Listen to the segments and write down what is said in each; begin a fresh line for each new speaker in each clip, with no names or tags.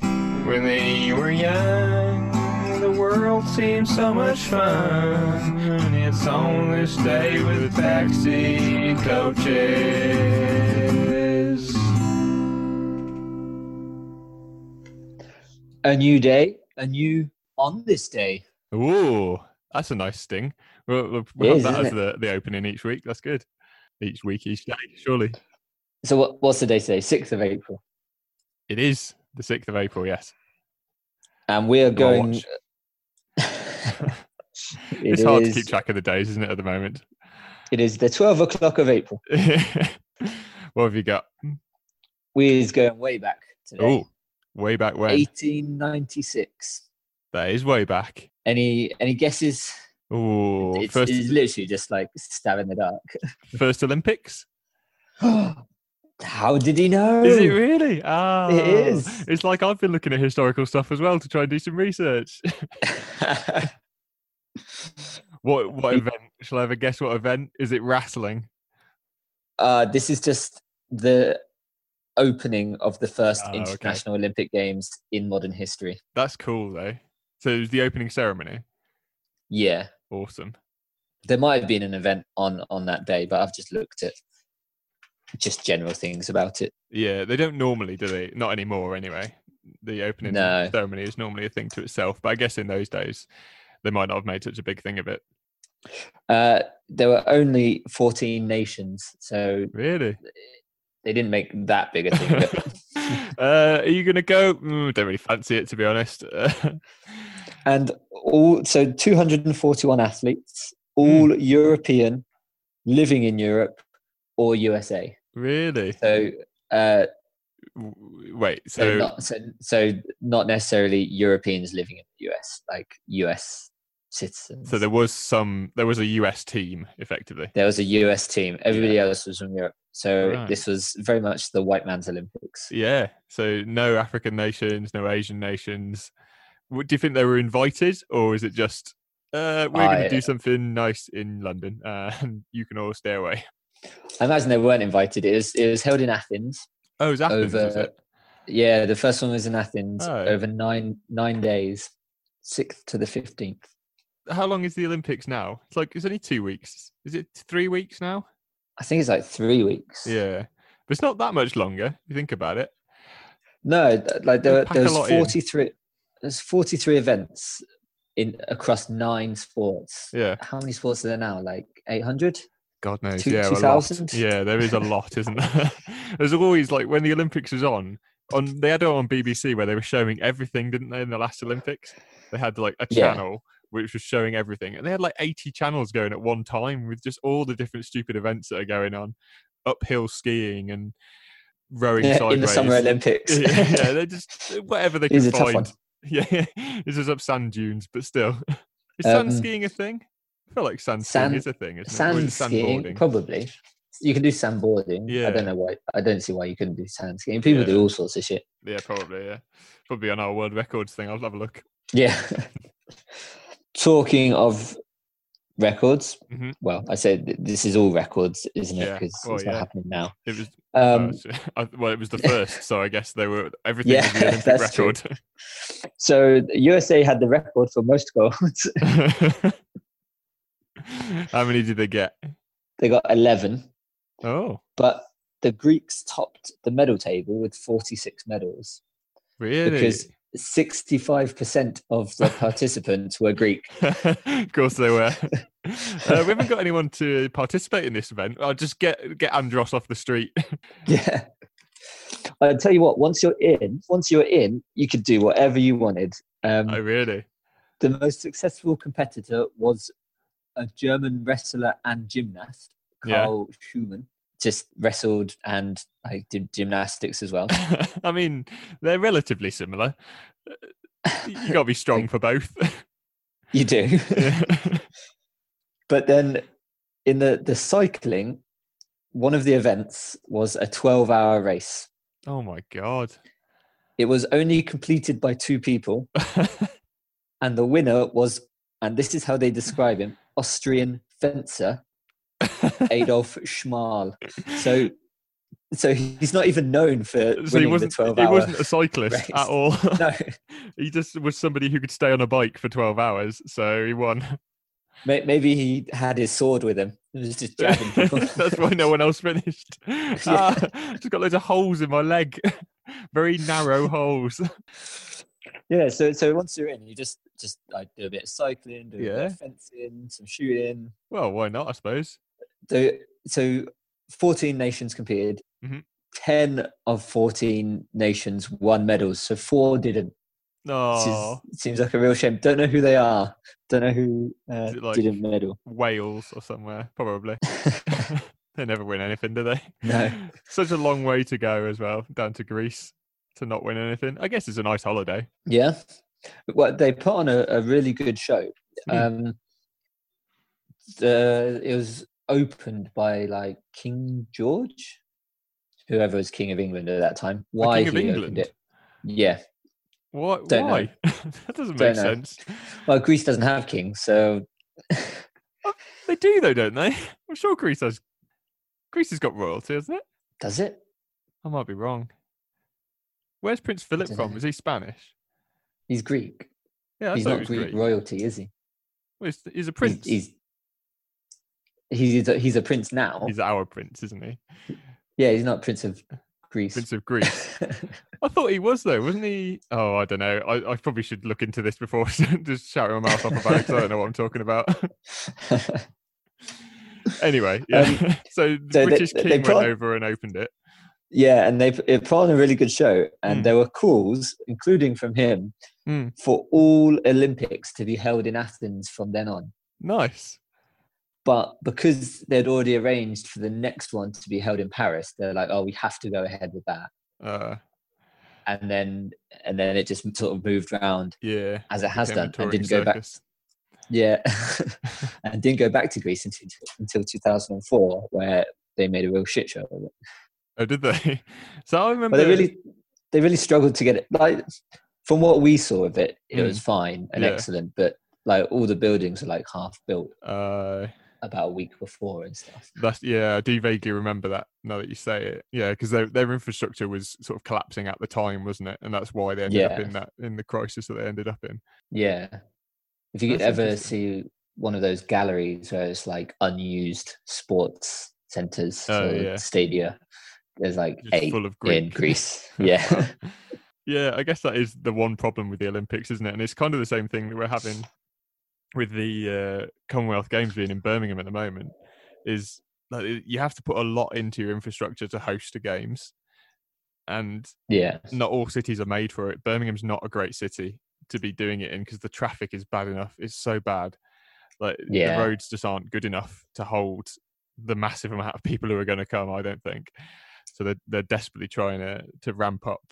When they were young, the world seemed so much fun. It's on this day with backseat coaches.
A new day, a new on this day.
Ooh, that's a nice sting. We'll, we'll, we'll have
is,
that
isn't
as the, the opening each week. That's good. Each week, each day, surely.
So what, what's the day today? Sixth of April,
It is the 6th of April, yes.
and we are
Go on,
going.
watch.
It
It's hard to
is-
keep track of the days, isn't it, at the moment?
It is the twelve o'clock of April.
what have you got?
We is going way back today.
Oh, way back when.
Eighteen ninety six.
That is way back.
Any any guesses?
Ooh,
it's,
first,
it's literally just like stab in the
first Olympics?
dark. How did he know?
Is it really? Ah,
Oh. is.
It's like I've been looking at historical stuff as well to try and do some research. What what
It-
event? Shall I have a guess? What event is it? Wrestling.
uh, this is just the opening of the first
Ah, okay.
International Olympic Games in modern history.
That's cool though. So it was the opening ceremony.
Yeah,
Awesome.
there might have been an event on on that day, but I've just looked at just general things about it.
Yeah, they don't normally, do they? Not anymore, anyway. The opening
No.
ceremony is normally a thing to itself, but I guess in those days they might not have made such a big thing of it.
Uh, there were only 14 nations, so
Really?
they didn't make that big a thing. of it.
uh, are you gonna go? Mm, don't really fancy it, to be honest.
and all so 241 athletes, all European, living in Europe or USA.
really?
So uh,
W- Wait.
so,
So
not so, so not necessarily Europeans living in the US, like US citizens.
so there was some. There was a U.S. team, effectively.
there was a US team. Everybody else was from Europe. So
Right.
this was very much the white man's Olympics.
Yeah. So no African nations, no Asian nations. What, do you think they were invited, or is it just uh, we're going
I-
to do something nice in London uh, and you can all stay away?
I imagine they weren't invited. It was it was held in Athens.
Oh, it was Athens, was
Over-
it?
Yeah, the first one was in Athens
Oh.
over nine nine days, sixth to the fifteenth.
How long is the Olympics now? It's like it's only two weeks. Is it three weeks now?
I think it's like three weeks.
Yeah, but it's not that much longer. If you think about it.
No, th- like there,
They
were-
pack
there
a
was
lot in.
forty three. There's forty three events in across nine sports.
Yeah.
How many sports are there now? Like eight hundred.
God knows.
Two-
yeah, a lot.
2000?
Yeah, there is a lot, isn't there? There's always like when the Olympics was on, on they had it on BBC where they were showing everything, didn't they? In the last Olympics, they had like a
Yeah.
channel which was showing everything, and they had like 80 channels going at one time with just all the different stupid events that are going on, uphill skiing and rowing sideways.
in the Summer Olympics.
yeah, yeah, they're just whatever they
It is
can
a tough one.
find. Yeah, this is up sand dunes, but still, is sand
Um,
skiing a thing? I feel like sand skiing
sand-
is a thing, isn't it? Or is
sand
it
skiing,
sandboarding?
probably. You can do sandboarding. I
Yeah.
don't know why. I don't see why you couldn't do sand skiing. People
Yeah.
do all sorts of shit.
Yeah, probably. Yeah, probably on our world records thing. I'll have a look.
Yeah. Talking of records,
Mhm.
well, I said th- this is all records, isn't it?
Yeah,
Because
well,
it's not
yeah.
happening now.
It was uh,
Um,
I, well, it was the first, so I guess they were everything was
Yeah,
the Olympic
that's true.
record.
so the USA had the record for most goals.
How many did they get?
they got eleven,
Oh,
but the Greeks topped the medal table with forty-six medals.
really?
Because- Sixty-five percent of the participants were Greek.
of course they were. Uh, we haven't got anyone to participate in this event. I'll just get get Andros off the street.
Yeah. I tell you what, once you're in, once you're in, you could do whatever you wanted. Um,
Oh, really?
the most successful competitor was a German wrestler and gymnast,
Yeah.
Carl Schumann. Just wrestled and I did gymnastics as well.
I mean, they're relatively similar. You got to be strong for both.
you do.
Yeah.
but then in the, the cycling, one of the events was a 12 hour race.
oh my god.
It was only completed by two people. and the winner was, and this is how they describe him, Austrian fencer Adolf Schmal. So so he's not even known
So
for
he
winning the
wasn't.
12
He
hour.
wasn't a cyclist
race.
at all.
no,
he just was somebody who could stay on a bike for twelve hours. So he won.
may- maybe he had his sword with him and was just jabbing people.
That's why no one else finished. Ah, just got loads of holes in my leg. Very narrow holes.
Yeah, so so once you're in, you just just like do a bit of cycling, do a bit
Yeah.
of fencing, some shooting.
Well, why not? I suppose.
So so 14 nations competed.
Mhm.
10 of 14 nations won medals, so four didn't. Which
No,
is, seems like a real shame. Don't know who they are. Don't know who uh,
Is it like-
didn't medal.
Wales or somewhere probably. they never win anything, do they?
No.
Such a long way to go as well, down to Greece to not win anything. I guess it's a nice holiday.
Yeah. Well, they put on a, a really good show.
Hmm.
Um, the, it was opened by like King George, whoever was King of England at that time.
The
Why
Oh, King of
he opened
England.
it? Yeah.
What?
Don't know.
why? that doesn't make
Don't know.
sense.
Well, Greece doesn't have kings, so
They do though, don't they? I'm sure Greece has. Greece has got royalty, hasn't it?
does it?
I might be wrong. Where's Prince Philip
dunno.
from? Is he Spanish?
He's Greek.
Yeah, I
He's
thought he
not
was
Greek,
Greek.
royalty, is he?
Well, he's, he's a prince. He's,
He's he's he's a, he's a prince now.
our prince, isn't he?
yeah, he's not prince of Greece.
Prince of Greece. I thought he was though, wasn't he? Oh, I don't know. I, I probably should look into this before just shouting my mouth off about it 'cause I don't know what I'm talking about. anyway, yeah. so the
Um, so they-
British
they
king
put on-
went over and opened it.
yeah, and they p- it put on a really good show, and
Mm.
there were calls, including from him,
Mm.
for all Olympics to be held in Athens from then on.
Nice.
But because they'd already arranged for the next one to be held in Paris, they're like, "Oh, we have to go ahead with that."
Uh,
and then and then it just sort of moved round
yeah.
as it has
became a
done and
touring
didn't go back
circus.
yeah and didn't go back to greece until, until 2004 where they made a real shit show of it
Oh, did they? So I remember.
but they really they really struggled to get it like from what we saw of it it was fine and
Mm. Yeah.
excellent but like all the buildings were like half built
Uh,
about a week before and stuff
that's yeah. I do vaguely remember that now that you say it. Yeah, because their their infrastructure was sort of collapsing at the time, wasn't it? And that's why they ended up
Yeah.
in that in the crisis that they ended up in.
yeah if you could
That's
ever see
interesting.
one of those galleries where it's like unused sports centers
Oh,
or
yeah.
stadia there's like
Just
eight
full of
in
Greek.
Greece. Yeah.
yeah, I guess that is the one problem with the Olympics, isn't it? And it's kind of the same thing that we're having with the uh, Commonwealth Games being in Birmingham at the moment. Is that it- you have to put a lot into your infrastructure to host the games, and
yeah.
not all cities are made for it. Birmingham's not a great city to be doing it in because the traffic is bad enough. It's so bad, like
Yeah.
the roads just aren't good enough to hold the massive amount of people who are going to come. I don't think so. They're they're desperately trying to to ramp up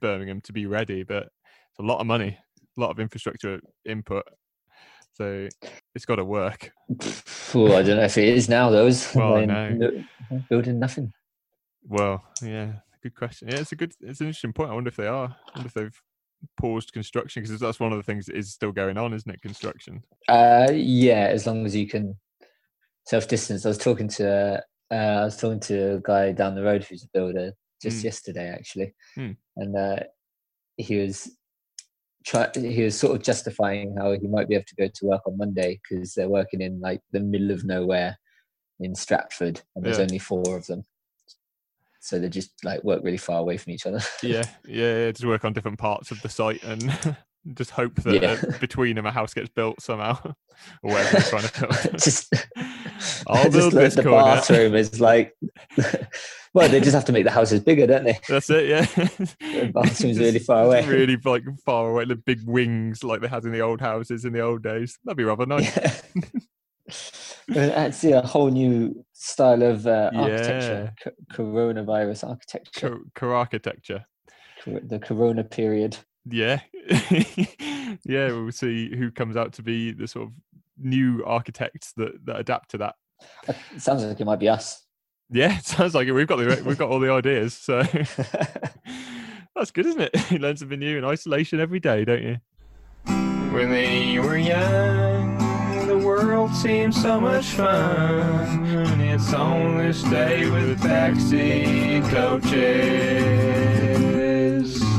Birmingham to be ready, but it's a lot of money, a lot of infrastructure input. So it's got to work.
Ooh, I don't know if it is now though. is-
Well,
like,
no.
no- building nothing.
Well, yeah, good question. Yeah, it's a good, it's an interesting point. I wonder if they are. I wonder if they've paused construction because that's one of the things that is still going on, isn't it? Construction.
Uh, yeah, as long as you can self distance. I was talking to uh, I was talking to a guy down the road who's a builder just
Mm.
yesterday actually,
Mm.
and uh, he was. Try, he was sort of justifying how he might be able to go to work on Monday because they're working in like the middle of nowhere in Stratford, and there's
Yeah.
only four of them, so they just like work really far away from each other.
Yeah, yeah, yeah. Just work on different parts of the site and just hope that
Yeah.
uh, between them a house gets built somehow or whatever they're trying to build.
just,
I'll
just
build
look
this
at the
corner.
bathroom is like, well, they just have to make the houses bigger, don't they?
That's it. Yeah, the
bathroom's really far away.
Really like far away. The big wings like they had in the old houses in the old days. That'd be rather nice.
Yeah. That's a whole new style of uh, architecture, co- coronavirus architecture,
Car- car architecture.
cor- the corona period.
Yeah. yeah, we'll see who comes out to be the sort of new architects that, that adapt to that.
Uh, It sounds like it might be us.
Yeah, it sounds like it. We've got the we've got all the ideas. So that's good, isn't it? You learn something new in isolation every day, don't you?
When they were young, the world
world seems so much fun. It's only stay with backseat coaches.